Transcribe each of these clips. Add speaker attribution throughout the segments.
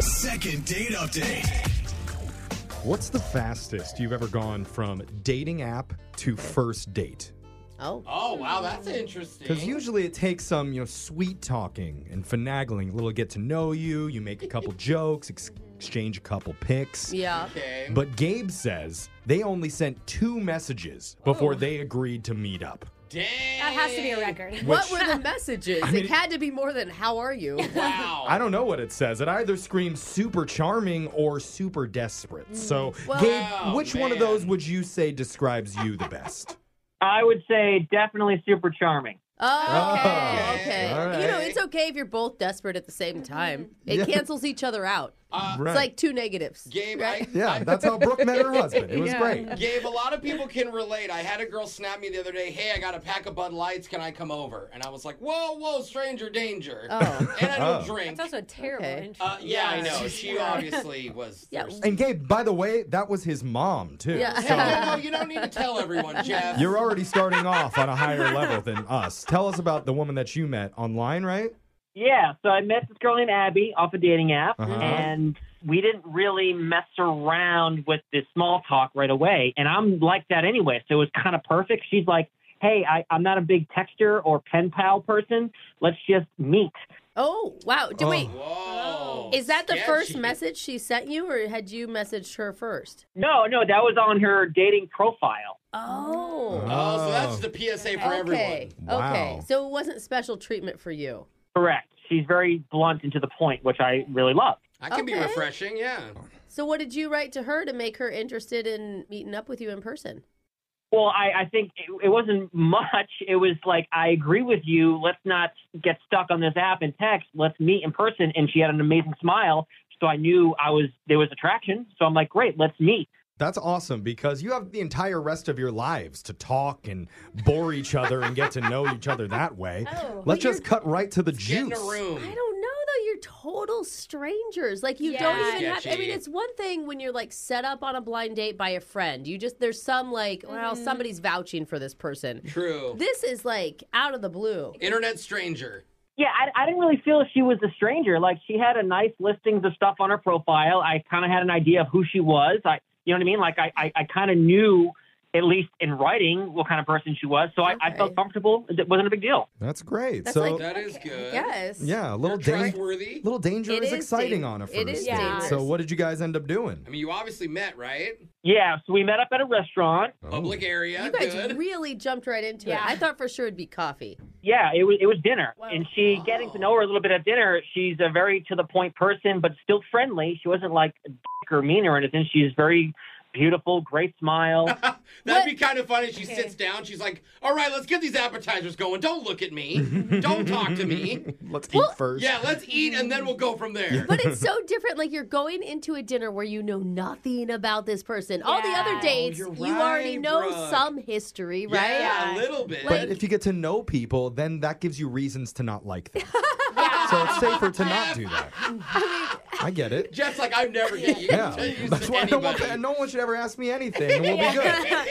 Speaker 1: Second date update.
Speaker 2: What's the fastest you've ever gone from dating app to first date?
Speaker 3: Oh wow, that's interesting.
Speaker 2: Because usually it takes some, you know, sweet talking and finagling, a little get to know you, you make a couple jokes, ex- exchange a couple pics.
Speaker 4: Yeah.
Speaker 3: okay.
Speaker 2: But Gabe says they only sent two messages before
Speaker 4: Oh.
Speaker 2: they agreed to meet up.
Speaker 3: Dang.
Speaker 4: That has to be a record.
Speaker 2: Which-
Speaker 4: What were the messages?
Speaker 2: mean-
Speaker 4: it had to be more than how are you?
Speaker 3: Wow.
Speaker 2: I don't know what it says. It either screams super charming or super desperate. So,
Speaker 4: Well-
Speaker 2: Gabe, which one of
Speaker 3: man.
Speaker 2: those would you say describes you the best?
Speaker 5: I would say definitely super charming.
Speaker 4: Oh,
Speaker 2: Oh,
Speaker 4: okay. Okay.
Speaker 2: all
Speaker 4: You know,
Speaker 2: right.
Speaker 4: it's okay if you're both desperate at the same time. It
Speaker 2: Yeah.
Speaker 4: cancels each other out.
Speaker 3: Uh,
Speaker 2: Right.
Speaker 4: It's like two negatives.
Speaker 3: Gabe,
Speaker 4: right?
Speaker 3: I,
Speaker 2: yeah, that's how Brooke met her husband. It was great.
Speaker 3: Gabe, a lot of people can relate. I had a girl snap me the other day, "Hey, I got a pack of Bud Lights. Can I come over?" And I was like, "Whoa, whoa, stranger danger."
Speaker 4: Oh.
Speaker 3: And I don't
Speaker 2: Oh.
Speaker 3: drink.
Speaker 6: That's also a terrible
Speaker 4: Okay.
Speaker 6: intro.
Speaker 3: uh, yeah, I know.
Speaker 4: Yes.
Speaker 3: She obviously was.
Speaker 4: Yeah.
Speaker 3: thirsty.
Speaker 2: And Gabe, by the way, that was his mom too.
Speaker 4: Yeah.
Speaker 3: Hey,
Speaker 2: So
Speaker 3: no, no, you don't need to tell everyone, Jeff.
Speaker 2: you're already starting off on a higher level than us. Tell us about the woman that you met online, right?
Speaker 5: Yeah, so I met this girl named Abby off a dating app,
Speaker 2: Uh-huh.
Speaker 5: and we didn't really mess around with the small talk right away. And I'm like that anyway, so it was kind of perfect. She's like, hey, I, I'm not a big texter or pen pal person. Let's just meet.
Speaker 4: Oh, wow. Do,
Speaker 2: Oh.
Speaker 4: Wait,
Speaker 3: Whoa.
Speaker 4: is that the
Speaker 3: sketchy.
Speaker 4: first message she sent you, or had you messaged her first?
Speaker 5: No, no, that was on her dating profile.
Speaker 4: Oh.
Speaker 3: Oh, so that's the PSA for
Speaker 4: Okay.
Speaker 3: everyone.
Speaker 2: Wow.
Speaker 4: Okay. So it wasn't special treatment for you.
Speaker 5: Correct. She's very blunt and to the point, which I really love.
Speaker 3: That can be
Speaker 4: Okay.
Speaker 3: refreshing, yeah.
Speaker 4: So what did you write to her to make her interested in meeting up with you in person?
Speaker 5: Well, I, I think it, it wasn't much. It was like, I agree with you. Let's not get stuck on this app and text. Let's meet in person. And she had an amazing smile. So I knew I was there was attraction. So I'm like, great, let's meet.
Speaker 2: That's awesome because you have the entire rest of your lives to talk and bore each other and get to know each other that way.
Speaker 6: Oh.
Speaker 2: Let's just cut right to the
Speaker 3: Get in
Speaker 2: juice.
Speaker 3: a room.
Speaker 4: I don't know though. You're total strangers. Like you
Speaker 6: Yeah.
Speaker 4: don't even have. I
Speaker 3: Sketchy.
Speaker 4: mean, it's one thing when you're like set up on a blind date by a friend. You just there's some like, well,
Speaker 6: Mm-hmm.
Speaker 4: somebody's vouching for this person.
Speaker 3: True.
Speaker 4: This is like out of the blue.
Speaker 3: Internet stranger.
Speaker 5: Yeah, I, I didn't really feel she was a stranger. Like she had a nice listings of stuff on her profile. I kind of had an idea of who she was. I, you know what I mean? Like I, I, I kind of knew, at least in writing, what kind of person she was. So I, I
Speaker 4: Okay.
Speaker 5: felt comfortable. It wasn't a big deal.
Speaker 2: That's great.
Speaker 4: That's
Speaker 2: so
Speaker 4: like-
Speaker 3: That is good.
Speaker 4: Yes.
Speaker 2: yeah, a little
Speaker 3: They're
Speaker 2: danger,
Speaker 3: trustworthy.
Speaker 2: little danger
Speaker 4: It
Speaker 2: is
Speaker 4: is
Speaker 2: exciting
Speaker 4: dan-
Speaker 2: on a first
Speaker 4: it is
Speaker 2: date.
Speaker 6: dangerous.
Speaker 2: So what did you guys end up doing?
Speaker 3: I mean, you obviously met, right?
Speaker 5: Yeah. So we met up at a restaurant.
Speaker 2: Oh.
Speaker 3: Public area.
Speaker 4: You guys
Speaker 3: good.
Speaker 4: really jumped right into
Speaker 6: Yeah.
Speaker 4: it. I thought for sure it'd be coffee.
Speaker 5: Yeah, it was it was dinner, and she getting to know her a little bit at dinner. She's a very to the point person, but still friendly. She wasn't like a dick or mean or anything. She's very beautiful, great smile.
Speaker 3: That'd be kind of funny. She sits down. She's like, "All right, let's get these appetizers going. Don't look at me. Don't talk to me.
Speaker 2: Let's eat first.
Speaker 3: Yeah, let's eat, and then we'll go from there."
Speaker 4: But it's so different. Like you're going into a dinner where you know nothing about this person. All the other
Speaker 6: Yeah.
Speaker 4: dates,
Speaker 3: Oh, you're
Speaker 4: you already
Speaker 3: right,
Speaker 4: know
Speaker 3: Brooke.
Speaker 4: some history, right?
Speaker 3: Yeah, a little bit.
Speaker 2: But if you get to know people, then that gives you reasons to not like them. so it's safer to not do that. I get it.
Speaker 3: Jeff's like, I'm never getting you.
Speaker 2: Yeah,
Speaker 3: to use
Speaker 2: that's
Speaker 3: to
Speaker 2: why I don't want
Speaker 3: anybody."
Speaker 2: that. No one should ever ask me anything. and We'll be good.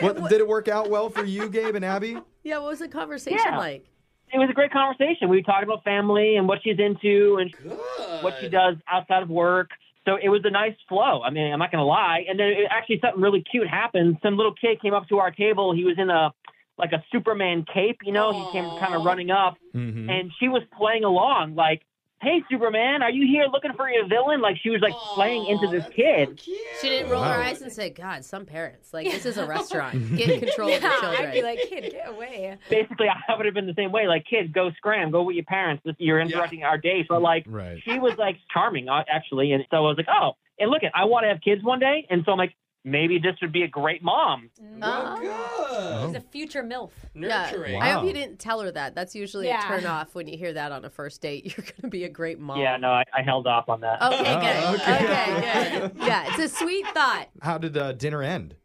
Speaker 2: What, did it work out well for you, Gabe and Abby?
Speaker 4: Yeah, what was the conversation
Speaker 5: Yeah.
Speaker 4: like?
Speaker 5: it was a great conversation. We talked about family and what she's into and what she does outside of work. So it was a nice flow. I mean, I'm not going to lie. And then it, actually something really cute happened. Some little kid came up to our table. He was in a like a Superman cape, you know. He came kind of running up
Speaker 2: Mm-hmm.
Speaker 5: and she was playing along like, "Hey Superman, are you here looking for your villain?" Like she was like playing into this kid.
Speaker 4: She didn't roll her
Speaker 2: Wow.
Speaker 4: eyes and say, God, some parents. Like, this is a restaurant. Get control of your
Speaker 6: Yeah,
Speaker 4: children.
Speaker 6: I'd be like, kid, get away.
Speaker 5: basically I would have been the same way. Like, kid, go scram, go with your parents. This, you're interrupting our day. So like,
Speaker 2: Right.
Speaker 5: she was like charming uh, actually, and so I was like, oh, and look, it, I want to have kids one day, and so I'm like, maybe this would be a great mom.
Speaker 4: Uh,
Speaker 2: Oh.
Speaker 6: She's a future MILF.
Speaker 4: yeah.
Speaker 3: Nurturing.
Speaker 2: Wow.
Speaker 4: I hope you didn't tell her that. That's usually
Speaker 6: Yeah.
Speaker 4: a turn off when you hear that on a first date. You're going to be a great mom.
Speaker 5: Yeah, no, I, I held off on that.
Speaker 4: Okay,
Speaker 2: Oh,
Speaker 4: good.
Speaker 2: okay.
Speaker 4: Okay, good. Yeah, it's a sweet thought.
Speaker 2: How did uh, dinner end?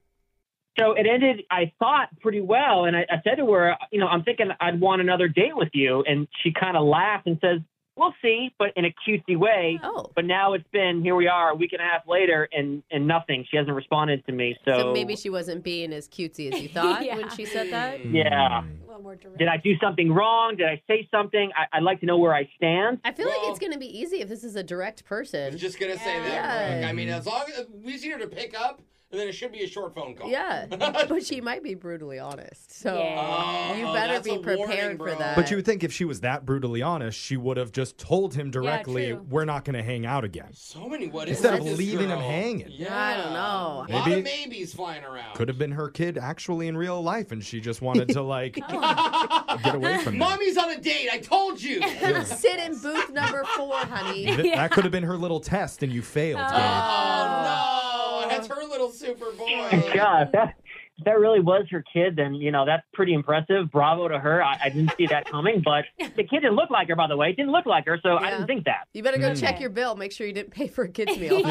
Speaker 5: So it ended, I thought, pretty well, and I, I said to her, you know, I'm thinking I'd want another date with you, and she kind of laughed and says. We'll see, but in a cutesy way.
Speaker 4: Oh.
Speaker 5: But now it's been here we are a week and a half later, and and nothing. She hasn't responded to me. So,
Speaker 4: So, maybe she wasn't being as cutesy as you thought
Speaker 6: Yeah.
Speaker 4: when she said that.
Speaker 5: yeah.
Speaker 6: A little more direct.
Speaker 5: Did I do something wrong? Did I say something? I, I'd like to know where I stand.
Speaker 4: I feel like
Speaker 3: Well-
Speaker 4: it's going to be easy if this is a direct
Speaker 3: I
Speaker 4: person.
Speaker 3: was just gonna say that.
Speaker 4: Yeah.
Speaker 3: Brooke. I mean, as long as we just need her to pick up, and then it should be a short phone call.
Speaker 4: Yeah, but she might be brutally honest. So
Speaker 6: Yeah.
Speaker 4: you
Speaker 3: Oh,
Speaker 4: better
Speaker 3: that's
Speaker 4: be
Speaker 3: a warning,
Speaker 4: prepared
Speaker 3: bro.
Speaker 4: for that.
Speaker 2: But you would think if she was that brutally honest, she would have just told him directly,
Speaker 6: true.
Speaker 2: "We're not going to hang out again."
Speaker 3: So many what ifs with
Speaker 2: Instead
Speaker 3: this
Speaker 2: of leaving
Speaker 3: girl.
Speaker 2: him hanging.
Speaker 3: Yeah,
Speaker 4: I don't know.
Speaker 3: A lot
Speaker 2: Maybe-
Speaker 3: of maybes flying around.
Speaker 2: Could have been her kid actually in real life, and she just wanted to like get away from that.
Speaker 3: Mommy's on a date. I told you.
Speaker 4: sit in booth number four, honey.
Speaker 2: Th- That could have been her little test, and you failed. Gabe.
Speaker 3: oh no, that's her little super boy.
Speaker 5: God, that, if that really was her kid, then, you know, that's pretty impressive. Bravo to her. I, I didn't see that coming, but the kid didn't look like her, by the way. It didn't look like her, so I
Speaker 4: Yeah.
Speaker 5: didn't think that.
Speaker 4: You better go
Speaker 2: Mm.
Speaker 4: check your bill. Make sure you didn't pay for a kid's meal.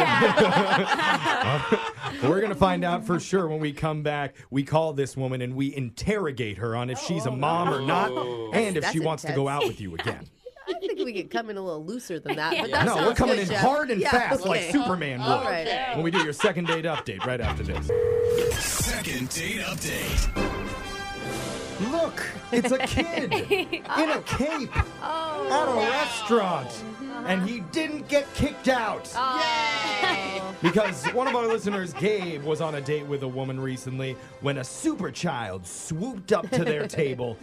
Speaker 2: We're going to find out for sure when we come back. We call this woman and we interrogate her on if she's a mom or not and if
Speaker 4: That's
Speaker 2: she wants to go
Speaker 4: intense.
Speaker 2: out with you again.
Speaker 4: I think we could come in a little looser than that. But that
Speaker 2: no, we're
Speaker 4: sounds
Speaker 2: coming
Speaker 4: good,
Speaker 2: in
Speaker 4: Jeff.
Speaker 2: hard and
Speaker 4: Yeah,
Speaker 2: fast like
Speaker 4: okay.
Speaker 2: Superman would
Speaker 4: All right.
Speaker 2: when we do your second date update right after this.
Speaker 1: Second date update.
Speaker 2: Look, it's a kid in a cape
Speaker 4: Oh,
Speaker 2: at a restaurant,
Speaker 4: Uh-huh.
Speaker 2: and he didn't get kicked out.
Speaker 4: Oh.
Speaker 2: Because one of our listeners, Gabe, was on a date with a woman recently when a super child swooped up to their table.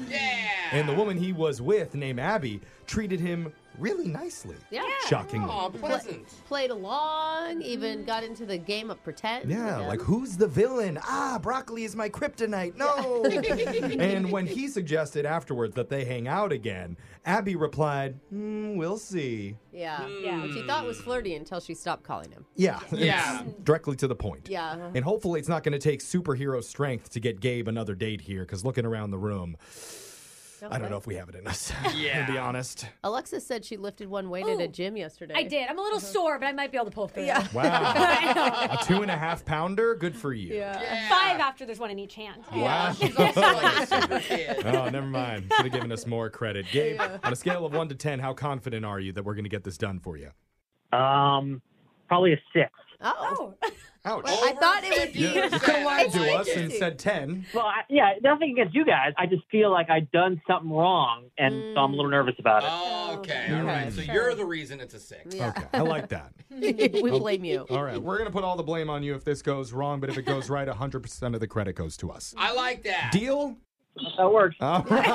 Speaker 2: And the woman he was with, named Abby, treated him really nicely.
Speaker 4: Yeah.
Speaker 2: Shockingly.
Speaker 3: Aw, pleasant.
Speaker 4: Played along, even got into the game of pretend.
Speaker 2: Yeah,
Speaker 4: with
Speaker 2: like
Speaker 4: him.
Speaker 2: who's the villain? Ah, broccoli is my kryptonite. No. and when he suggested afterwards that they hang out again, Abby replied, "Hmm, "We'll see."
Speaker 4: yeah,
Speaker 6: Yeah.
Speaker 4: Which he thought
Speaker 2: Mm.
Speaker 4: was flirty until she stopped calling him.
Speaker 2: Yeah,
Speaker 3: Yeah.
Speaker 2: it's directly to the point.
Speaker 4: Yeah.
Speaker 2: And hopefully, it's not going to take superhero strength to get Gabe another date here. Because looking around the room, I don't know if we have it in us. Yeah, to be honest.
Speaker 4: Alexis said she lifted one weight at a
Speaker 6: Ooh.
Speaker 4: gym yesterday.
Speaker 6: Oh, I did. I'm a little sore, but I might be able to pull through.
Speaker 2: Wow, a two and a half pounder. Good for you.
Speaker 4: Yeah.
Speaker 6: Five after there's one in each hand.
Speaker 2: Wow.
Speaker 3: Also like a super kid.
Speaker 2: Oh, never mind. Should have given us more credit. Gabe, on a scale of 1 to 10, how confident are you that we're going to get this done for you?
Speaker 5: Um, probably a six.
Speaker 4: Oh,
Speaker 6: Oh,
Speaker 2: Ouch.
Speaker 4: I thought it would be.
Speaker 2: you could have lied to us and said 10.
Speaker 5: Well, I, yeah, nothing against you guys. I just feel like I've done something wrong, and so I'm a little nervous about it.
Speaker 3: Oh, okay, all right. So you're the reason it's a six.
Speaker 4: Yeah.
Speaker 2: Okay, I like that.
Speaker 4: we
Speaker 2: Oh.
Speaker 4: blame you.
Speaker 2: All right, we're going to put all the blame on you if this goes wrong, but if it goes right, 100% of the credit goes to us.
Speaker 3: I like that.
Speaker 2: Deal?
Speaker 5: That works.
Speaker 2: All right.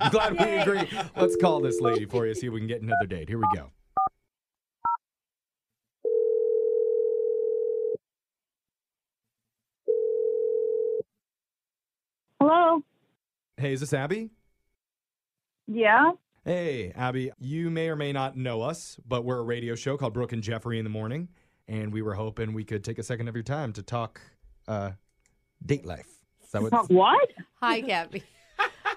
Speaker 2: I'm glad we agree. Let's call this lady for you, see if we can get another date. Here we go.
Speaker 7: Hello.
Speaker 2: Hey, is this Abby?
Speaker 7: Yeah.
Speaker 2: Hey, Abby, you may or may not know us, but we're a radio show called Brooke and Jeffrey in the Morning, and we were hoping we could take a second of your time to talk uh, date
Speaker 7: Oh,
Speaker 2: life. Is that what?
Speaker 7: What?
Speaker 4: Hi, Gabby.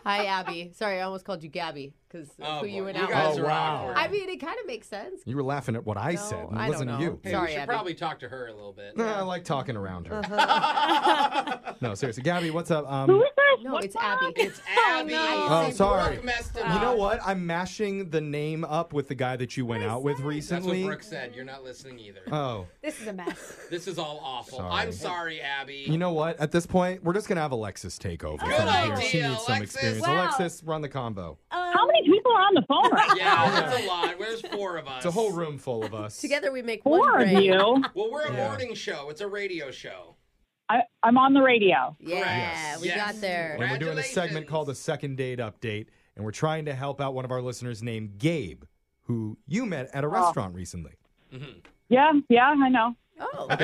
Speaker 4: Hi, Abby. Sorry, I almost called you Gabby. because
Speaker 3: Oh,
Speaker 4: who you
Speaker 3: boy.
Speaker 4: went
Speaker 3: You
Speaker 4: out
Speaker 3: guys
Speaker 4: with.
Speaker 3: are Oh, wow. awkward.
Speaker 4: I mean, it kind of makes sense.
Speaker 2: You were laughing at what I said. and It
Speaker 4: I don't
Speaker 2: wasn't
Speaker 4: know.
Speaker 2: you.
Speaker 3: Hey,
Speaker 4: Sorry,
Speaker 3: we should
Speaker 4: Abby.
Speaker 3: probably talk to her a little bit.
Speaker 2: Nah, I like talking around her.
Speaker 3: Uh-huh. oh,
Speaker 2: No, seriously. Gabby, what's up? Um,
Speaker 4: No, it's Abby. It's
Speaker 3: Abby.
Speaker 2: Oh,
Speaker 3: Brooke
Speaker 2: sorry.
Speaker 3: messed it
Speaker 2: You know
Speaker 3: up.
Speaker 2: what? I'm mashing the name up with the guy that you went out with
Speaker 3: That's Uh, what
Speaker 2: recently.
Speaker 3: Brooke said. You're not listening either.
Speaker 2: Oh.
Speaker 6: This is a mess.
Speaker 3: This is all awful.
Speaker 2: Sorry.
Speaker 3: I'm sorry, Abby.
Speaker 2: You know what? At this point, we're just gonna have Alexis take over.
Speaker 3: Good
Speaker 2: from here.
Speaker 3: idea,
Speaker 2: She needs some
Speaker 3: Alexis.
Speaker 2: experience.
Speaker 6: Wow.
Speaker 2: Alexis, run the combo.
Speaker 7: How many people are on the phone right now?
Speaker 3: yeah, that's a lot. Where's four of us?
Speaker 2: It's a whole room full of us.
Speaker 4: Together we make
Speaker 7: Four
Speaker 4: one
Speaker 7: of
Speaker 4: brain.
Speaker 7: you.
Speaker 3: Well, we're a
Speaker 2: Yeah.
Speaker 3: morning show. It's a radio show.
Speaker 7: I, I'm on the radio.
Speaker 4: Yeah,
Speaker 3: Yes.
Speaker 4: we
Speaker 3: Yes.
Speaker 4: got there.
Speaker 2: And we're doing a segment
Speaker 3: Congratulations.
Speaker 2: called the Second Date Update, and we're trying to help out one of our listeners named Gabe, who you met at a restaurant recently.
Speaker 7: Yeah, yeah, I know.
Speaker 4: Oh,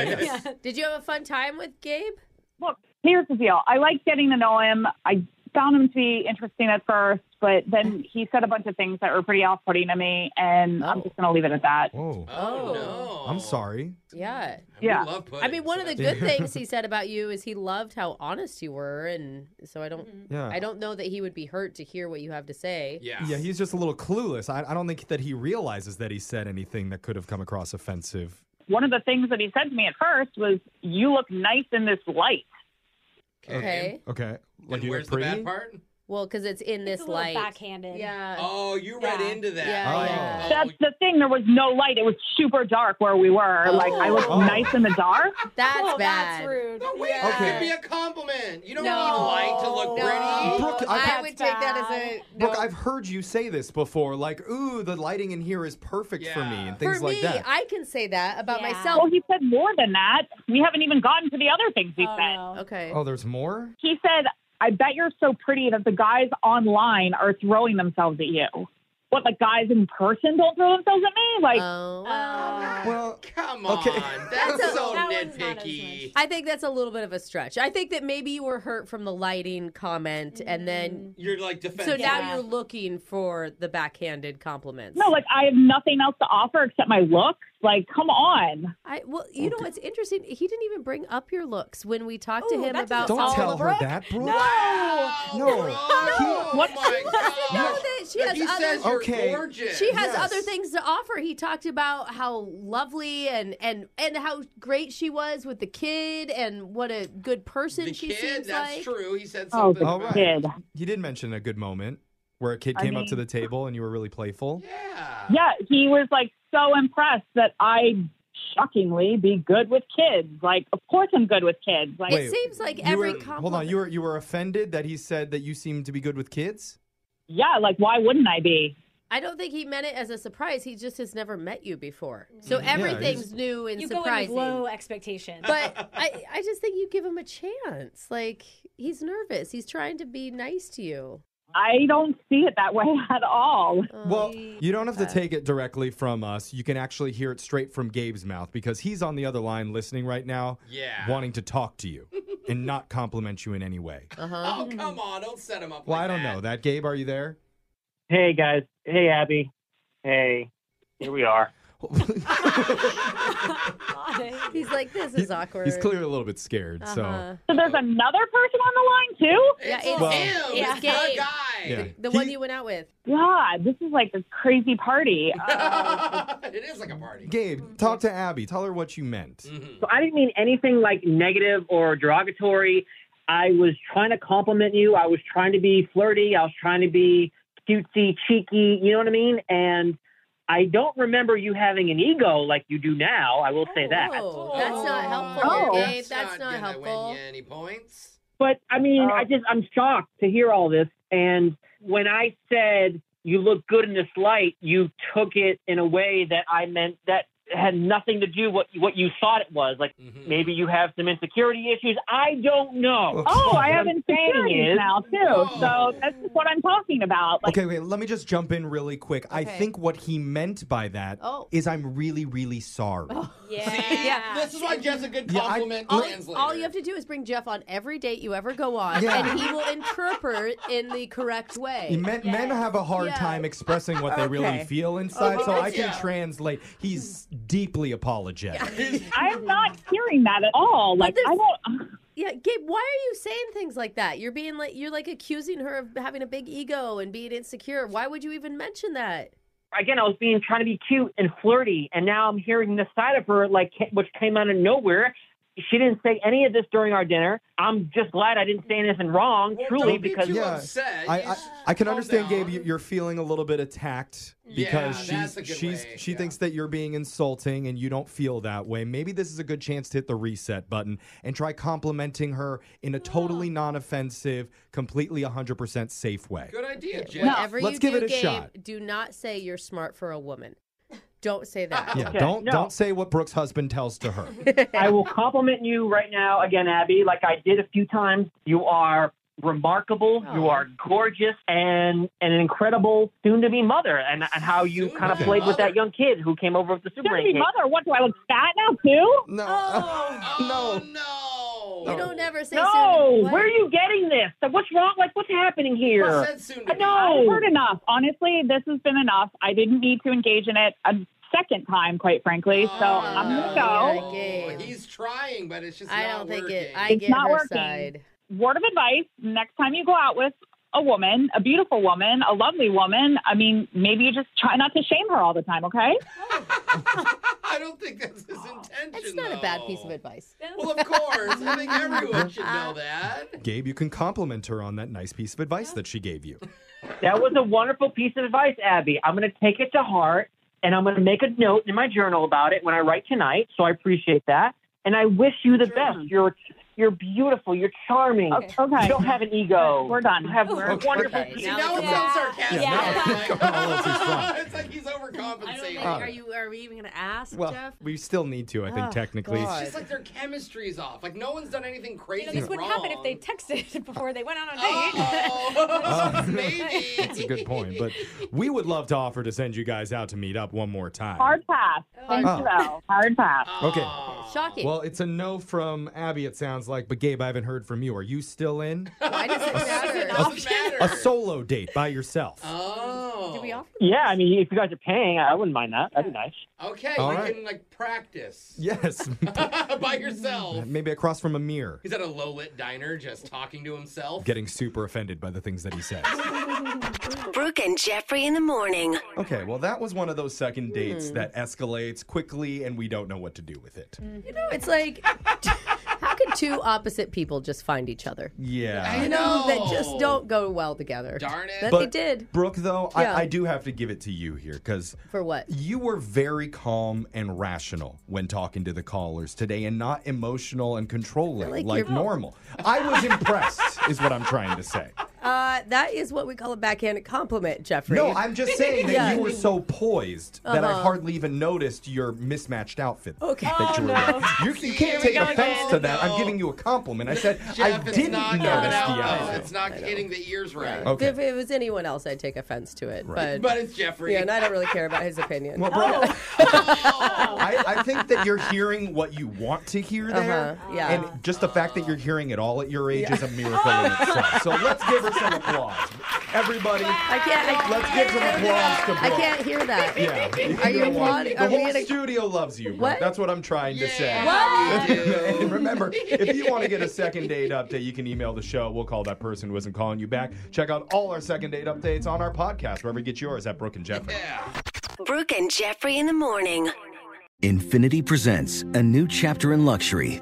Speaker 4: did you have a fun time with Gabe?
Speaker 7: Look, here's the deal. I like getting to know him. I found him to be interesting at first, but then he said a bunch of things that were pretty off-putting to me, and I'm just going to leave it at that.
Speaker 2: Whoa.
Speaker 3: Oh,
Speaker 4: Oh.
Speaker 3: no.
Speaker 2: I'm sorry.
Speaker 4: Yeah.
Speaker 7: Yeah.
Speaker 3: We love pudding,
Speaker 4: I mean, one
Speaker 3: so
Speaker 4: of the
Speaker 3: that's-
Speaker 4: good things he said about you is he loved how honest you were, and so I don't,
Speaker 6: Mm-hmm.
Speaker 2: Yeah.
Speaker 4: I don't know that he would be hurt to hear what you have to say.
Speaker 3: Yeah.
Speaker 2: Yeah, he's just a little clueless. I, I don't think that he realizes that he said anything that could have come across offensive.
Speaker 7: One of the things that he said to me at first was, "You look nice in this light."
Speaker 4: Okay.
Speaker 2: Okay. Like
Speaker 3: And
Speaker 2: you
Speaker 3: where's
Speaker 2: look
Speaker 3: the
Speaker 2: pretty.
Speaker 3: bad part?
Speaker 4: Well, because it's in
Speaker 6: It's
Speaker 4: this
Speaker 6: a little
Speaker 4: light.
Speaker 6: backhanded.
Speaker 4: Yeah.
Speaker 3: Oh, you read
Speaker 6: Yeah.
Speaker 3: into that.
Speaker 4: Yeah,
Speaker 3: oh,
Speaker 4: yeah.
Speaker 7: That's the thing. There was no light. It was super dark where we were. Like I looked
Speaker 2: Oh.
Speaker 7: nice in the dark.
Speaker 4: That's
Speaker 6: oh,
Speaker 4: bad.
Speaker 6: that's rude.
Speaker 3: No, wait,
Speaker 4: Yeah.
Speaker 3: that
Speaker 2: Okay.
Speaker 3: could be a compliment. You don't
Speaker 4: No.
Speaker 3: need light to look
Speaker 4: No,
Speaker 3: pretty.
Speaker 2: Brooke,
Speaker 4: Oh, I,
Speaker 2: I-
Speaker 4: would take that as a. No.
Speaker 2: Brooke, I've heard you say this before. Like, ooh, the lighting in here is perfect for me,
Speaker 3: Yeah.
Speaker 2: and
Speaker 4: For
Speaker 2: things like
Speaker 4: me,
Speaker 2: that.
Speaker 4: I can say that about
Speaker 6: Yeah.
Speaker 4: myself.
Speaker 7: Well, he said more than that. We haven't even gotten to the other things he
Speaker 6: Oh,
Speaker 7: said.
Speaker 6: no.
Speaker 4: Okay.
Speaker 2: oh, there's more?
Speaker 7: He said, "I bet you're so pretty that the guys online are throwing themselves at you." What the guys in person don't throw themselves at me? Like,
Speaker 4: Oh.
Speaker 6: Uh,
Speaker 2: Well,
Speaker 3: Come on.
Speaker 2: Okay.
Speaker 3: That's
Speaker 4: That's a-
Speaker 3: so
Speaker 6: that one's not as
Speaker 3: nitpicky.
Speaker 4: I think that's a little bit of a stretch. I think that maybe you were hurt from the lighting comment, and then
Speaker 3: You're like
Speaker 4: so
Speaker 3: defensive.
Speaker 4: now you're looking for the backhanded compliments.
Speaker 7: no, like I have nothing else to offer except my looks. Like, come on.
Speaker 4: I well, you
Speaker 3: Oh,
Speaker 4: know what's interesting? He didn't even bring up your looks when we talked
Speaker 3: Oh,
Speaker 6: Ooh,
Speaker 4: to him
Speaker 6: that
Speaker 4: about
Speaker 6: doesn't
Speaker 2: don't
Speaker 4: all
Speaker 2: tell
Speaker 4: of
Speaker 2: her that, Brooke.
Speaker 3: Wow,
Speaker 2: No.
Speaker 3: Brooke.
Speaker 2: No.
Speaker 3: Oh,
Speaker 7: What?
Speaker 3: my God.
Speaker 4: know that she
Speaker 3: If
Speaker 4: has
Speaker 3: he
Speaker 4: other-
Speaker 3: says you're
Speaker 2: Okay.
Speaker 3: gorgeous.
Speaker 4: She has
Speaker 2: Yes.
Speaker 4: other things to offer. He talked about how lovely and and and how great she was with the kid and what a good person
Speaker 3: the
Speaker 4: she
Speaker 3: kid,
Speaker 4: seems
Speaker 3: that's
Speaker 4: like.
Speaker 3: true. He said
Speaker 7: Oh,
Speaker 3: something
Speaker 7: the
Speaker 2: All
Speaker 3: about
Speaker 2: right.
Speaker 7: kid.
Speaker 2: He did mention a good moment where a kid
Speaker 7: I
Speaker 2: came up to the
Speaker 7: mean-
Speaker 2: table and you were really playful.
Speaker 3: Yeah.
Speaker 7: Yeah, he was like so impressed that I shockingly be good with kids. Like, of course I'm good with kids. Like,
Speaker 2: Wait,
Speaker 4: it seems like
Speaker 2: You
Speaker 4: every
Speaker 2: were-
Speaker 4: compliment.
Speaker 2: Hold on, you were you were offended that he said that you seemed to be good with kids?
Speaker 7: yeah, like why wouldn't I be?
Speaker 4: I don't think he meant it as a surprise. He just has never met you before,
Speaker 2: Mm-hmm.
Speaker 4: so everything's new and
Speaker 6: you go in with
Speaker 4: surprising.
Speaker 6: low expectations.
Speaker 4: but I, I just think you give him a chance. Like he's nervous. He's trying to be nice to you.
Speaker 7: I don't see it that way at all.
Speaker 2: Well, you don't have
Speaker 4: uh,
Speaker 2: to take it directly from us. You can actually hear it straight from Gabe's mouth because he's on the other line listening right now,
Speaker 3: Yeah.
Speaker 2: wanting to talk to you and not compliment you in any way.
Speaker 3: Oh, come on. Don't set him up
Speaker 2: Well,
Speaker 3: like
Speaker 2: I don't
Speaker 3: that.
Speaker 2: know that. Gabe, are you there?
Speaker 5: Hey guys. Hey Abby. Hey. Here we are.
Speaker 4: Um, He's like, this is awkward.
Speaker 2: He's clearly a little bit scared. So,
Speaker 4: Uh-huh.
Speaker 7: So there's another person on the line too?
Speaker 4: Yeah,
Speaker 3: It's
Speaker 4: it's,
Speaker 2: Well-
Speaker 3: him.
Speaker 4: Yeah.
Speaker 3: It's
Speaker 4: Gabe.
Speaker 3: the guy.
Speaker 2: yeah.
Speaker 4: the
Speaker 2: He-
Speaker 4: one you went out with.
Speaker 7: God, this is like a crazy party. Uh,
Speaker 3: it is like a party.
Speaker 2: Gabe, talk to Abby. Tell her what you meant.
Speaker 3: Mm-hmm.
Speaker 5: So I didn't mean anything like negative or derogatory. I was trying to compliment you. I was trying to be flirty. I was trying to be cutesy, cheeky. You know what I mean? And I don't remember you having an ego like you do now. I will say that.
Speaker 4: Oh, that's not helpful,
Speaker 7: Oh.
Speaker 4: here, Gabe. That's not,
Speaker 3: gonna
Speaker 4: helpful.
Speaker 3: Win you any points?
Speaker 5: But I mean,
Speaker 7: Oh.
Speaker 5: I just I'm shocked to hear all this. And when I said you look good in this light, you took it in a way that I meant that had nothing to do what what you thought it was. Like
Speaker 3: Mhm.
Speaker 4: Mm-hmm.
Speaker 5: Hmm. maybe you have some insecurity issues. I don't know.
Speaker 7: oh, I
Speaker 5: What
Speaker 7: have
Speaker 5: I'm saying
Speaker 7: insecurities
Speaker 5: is-
Speaker 7: now too.
Speaker 3: Oh.
Speaker 7: So that's what I'm talking about. Like,
Speaker 2: Okay, wait, let me just jump in really quick. I
Speaker 4: Okay.
Speaker 2: think what he meant by that
Speaker 4: Oh.
Speaker 2: I'm really, really sorry.
Speaker 6: yeah.
Speaker 3: This is why Jeff's a good
Speaker 2: Yeah, I-
Speaker 3: compliment
Speaker 4: All,
Speaker 3: translator.
Speaker 4: all you have to do is bring Jeff on every date you ever go on,
Speaker 2: Yeah.
Speaker 4: and he will interpret in the correct way.
Speaker 2: He meant men have a hard
Speaker 4: Yeah.
Speaker 2: time expressing what they really
Speaker 4: Okay.
Speaker 2: feel inside, so I can
Speaker 3: Yeah.
Speaker 2: translate. He's deeply apologetic.
Speaker 7: I'm not hearing that at all. Like, I
Speaker 4: there's-
Speaker 7: don't.
Speaker 4: yeah, Gabe, why are you saying things like that? You're being like you're like accusing her of having a big ego and being insecure. Why would you even mention that?
Speaker 5: Again, I was being trying to be cute and flirty, and now I'm hearing this side of her, like ca- which came out of nowhere. She didn't say any of this during our dinner. I'm just glad I didn't say anything wrong, truly, because
Speaker 2: I, I, I can understand, Gabe. you- You're feeling a little bit attacked because
Speaker 3: Yeah, that's
Speaker 2: she's
Speaker 3: a good
Speaker 2: she's
Speaker 3: way,
Speaker 2: she thinks that you're being insulting and you don't feel that way. Maybe this is a good chance to hit the reset button and try complimenting her in a totally non-offensive, completely 100% safe way.
Speaker 3: Good idea, Jeff.
Speaker 4: Whatever
Speaker 2: Let's
Speaker 4: you
Speaker 2: give
Speaker 4: do,
Speaker 2: it a
Speaker 4: Gabe,
Speaker 2: shot.
Speaker 4: do not say you're smart for a woman. Don't say that.
Speaker 2: Yeah, don't don't say what Brooke's husband tells to her.
Speaker 5: I will compliment you right now again, Abby, like I did a few times. You are remarkable.
Speaker 7: Oh.
Speaker 5: You are gorgeous and, and an incredible soon to be mother, and, and how you kind of
Speaker 7: Soon-to-be
Speaker 5: played with that young kid who came over with the super
Speaker 7: Soon-to-be mother? What do I look fat now too?
Speaker 2: No.
Speaker 5: Oh,
Speaker 3: no.
Speaker 4: You don't ever say
Speaker 5: No,
Speaker 4: soon. What?
Speaker 5: where are you getting this? Like, What's wrong? Like, what's happening here?
Speaker 7: I've
Speaker 5: Oh,
Speaker 7: heard enough. Honestly, this has been enough. I didn't need to engage in it a second time, quite frankly. So I'm gonna go.
Speaker 3: Oh, He's trying, but it's just
Speaker 4: I
Speaker 3: not
Speaker 4: don't think
Speaker 3: working.
Speaker 4: it. I
Speaker 7: it's
Speaker 4: get
Speaker 7: not
Speaker 4: her
Speaker 7: working.
Speaker 4: side.
Speaker 7: Word of advice: next time you go out with a woman, a beautiful woman, a lovely woman, I mean, maybe you just try not to shame her all the time. Okay?
Speaker 3: I don't think that's his intention. It's
Speaker 4: not a bad piece of advice.
Speaker 3: Well, of course. I think everyone should know that.
Speaker 2: Gabe, you can compliment her on that nice piece of advice that she gave you.
Speaker 5: That was a wonderful piece of advice, Abby. I'm going to take it to heart and I'm going to make a note in my journal about it when I write tonight. So I appreciate that. And I wish you the best. You're you're beautiful. You're charming.
Speaker 7: Okay.
Speaker 5: You don't have an ego.
Speaker 7: We're done.
Speaker 5: You have
Speaker 7: Okay.
Speaker 5: wonderful
Speaker 7: Okay.
Speaker 5: people.
Speaker 3: See, now it sounds sarcastic. it's like he's
Speaker 4: I don't
Speaker 3: overcompensating.
Speaker 4: think. Are you? Are we even gonna ask
Speaker 2: Well,
Speaker 4: Jeff?
Speaker 2: we still need to, I think,
Speaker 4: Oh,
Speaker 2: technically.
Speaker 3: It's just Ah, like their chemistry's off. Like no one's done anything crazy
Speaker 6: You know, this would
Speaker 3: wrong.
Speaker 6: happen if they texted before they went on a date.
Speaker 2: Oh,
Speaker 3: maybe.
Speaker 2: That's a good point. But we would love to offer to send you guys out to meet up one more time.
Speaker 7: Hard pass. Thank
Speaker 2: Oh.
Speaker 7: you, though. Hard pass.
Speaker 2: Okay.
Speaker 4: Shocking.
Speaker 2: Well, it's a no from Abby, it sounds like. But Gabe, I haven't heard from you. Are you still in?
Speaker 4: Why does it matter?
Speaker 2: A solo date by yourself.
Speaker 3: Oh.
Speaker 4: Do we offer?
Speaker 5: Yeah, I mean, if you guys are paying, I wouldn't mind that. That'd be nice.
Speaker 3: Okay,
Speaker 2: All
Speaker 3: you
Speaker 2: right.
Speaker 3: can like practice
Speaker 2: Yes.
Speaker 3: by yourself.
Speaker 2: Maybe across from a mirror,
Speaker 3: He's at a low lit diner just talking to himself.
Speaker 2: getting super offended by the things that he says.
Speaker 8: Brooke and Jeffrey in the morning.
Speaker 2: Okay, well, that was one of those second dates that escalates quickly and we don't know what to do with it.
Speaker 4: You know, it's like how can two opposite people just find each other?
Speaker 2: Yeah.
Speaker 4: you know, that just don't go well together. Darn it! That they did.
Speaker 2: Brooke, though,
Speaker 4: Yeah.
Speaker 2: I, I do have to give it to you here because
Speaker 4: For what?
Speaker 2: you were very calm and rational when talking to the callers today and not emotional and controlling like,
Speaker 4: like you're-
Speaker 2: normal. I was impressed, is what I'm trying to say.
Speaker 4: Uh, that is what we call a backhanded compliment, Jeffrey.
Speaker 2: No, I'm just saying that
Speaker 4: Yeah.
Speaker 2: you were so poised that I
Speaker 4: Uh-huh.
Speaker 2: hardly even noticed your mismatched outfit.
Speaker 4: Okay.
Speaker 2: That you, were
Speaker 4: Oh,
Speaker 2: wearing.
Speaker 4: no.
Speaker 2: you, you can't
Speaker 4: we
Speaker 2: take
Speaker 4: go
Speaker 2: offense
Speaker 4: again.
Speaker 2: to that. I'm giving you a compliment. I said
Speaker 3: Jeff,
Speaker 2: I
Speaker 3: it's
Speaker 2: didn't
Speaker 3: not
Speaker 2: notice
Speaker 3: coming
Speaker 2: the
Speaker 3: out, though.
Speaker 2: outfit.
Speaker 3: It's not hitting the ears right.
Speaker 2: Okay.
Speaker 4: If it was anyone else, I'd take offense to it. But,
Speaker 2: Right.
Speaker 3: But it's Jeffrey.
Speaker 4: Yeah, and I don't really care about his opinion.
Speaker 2: Well, Brian, I, I think that you're hearing what you want to hear there.
Speaker 4: Uh-huh, yeah.
Speaker 2: And just the fact that you're hearing it all at your age
Speaker 4: Yeah.
Speaker 2: is a miracle in itself. So let's give her some applause. Everybody,
Speaker 4: I can't. I,
Speaker 2: let's give some applause to
Speaker 4: I
Speaker 2: Brooke.
Speaker 4: can't hear that.
Speaker 2: Yeah.
Speaker 4: Are you
Speaker 2: know what?
Speaker 4: applauding?
Speaker 2: The
Speaker 4: Are we
Speaker 2: whole
Speaker 4: in a-
Speaker 2: studio loves you, Brooke.
Speaker 4: What?
Speaker 2: That's what I'm trying to say.
Speaker 4: What?
Speaker 2: And remember, if you want to get a second date update, you can email the show. We'll call that person who isn't calling you back. Check out all our second date updates on our podcast, wherever you get yours at Brooke and Jeffrey.
Speaker 8: Brooke and Jeffrey in the morning.
Speaker 9: Infinity presents a new chapter in luxury,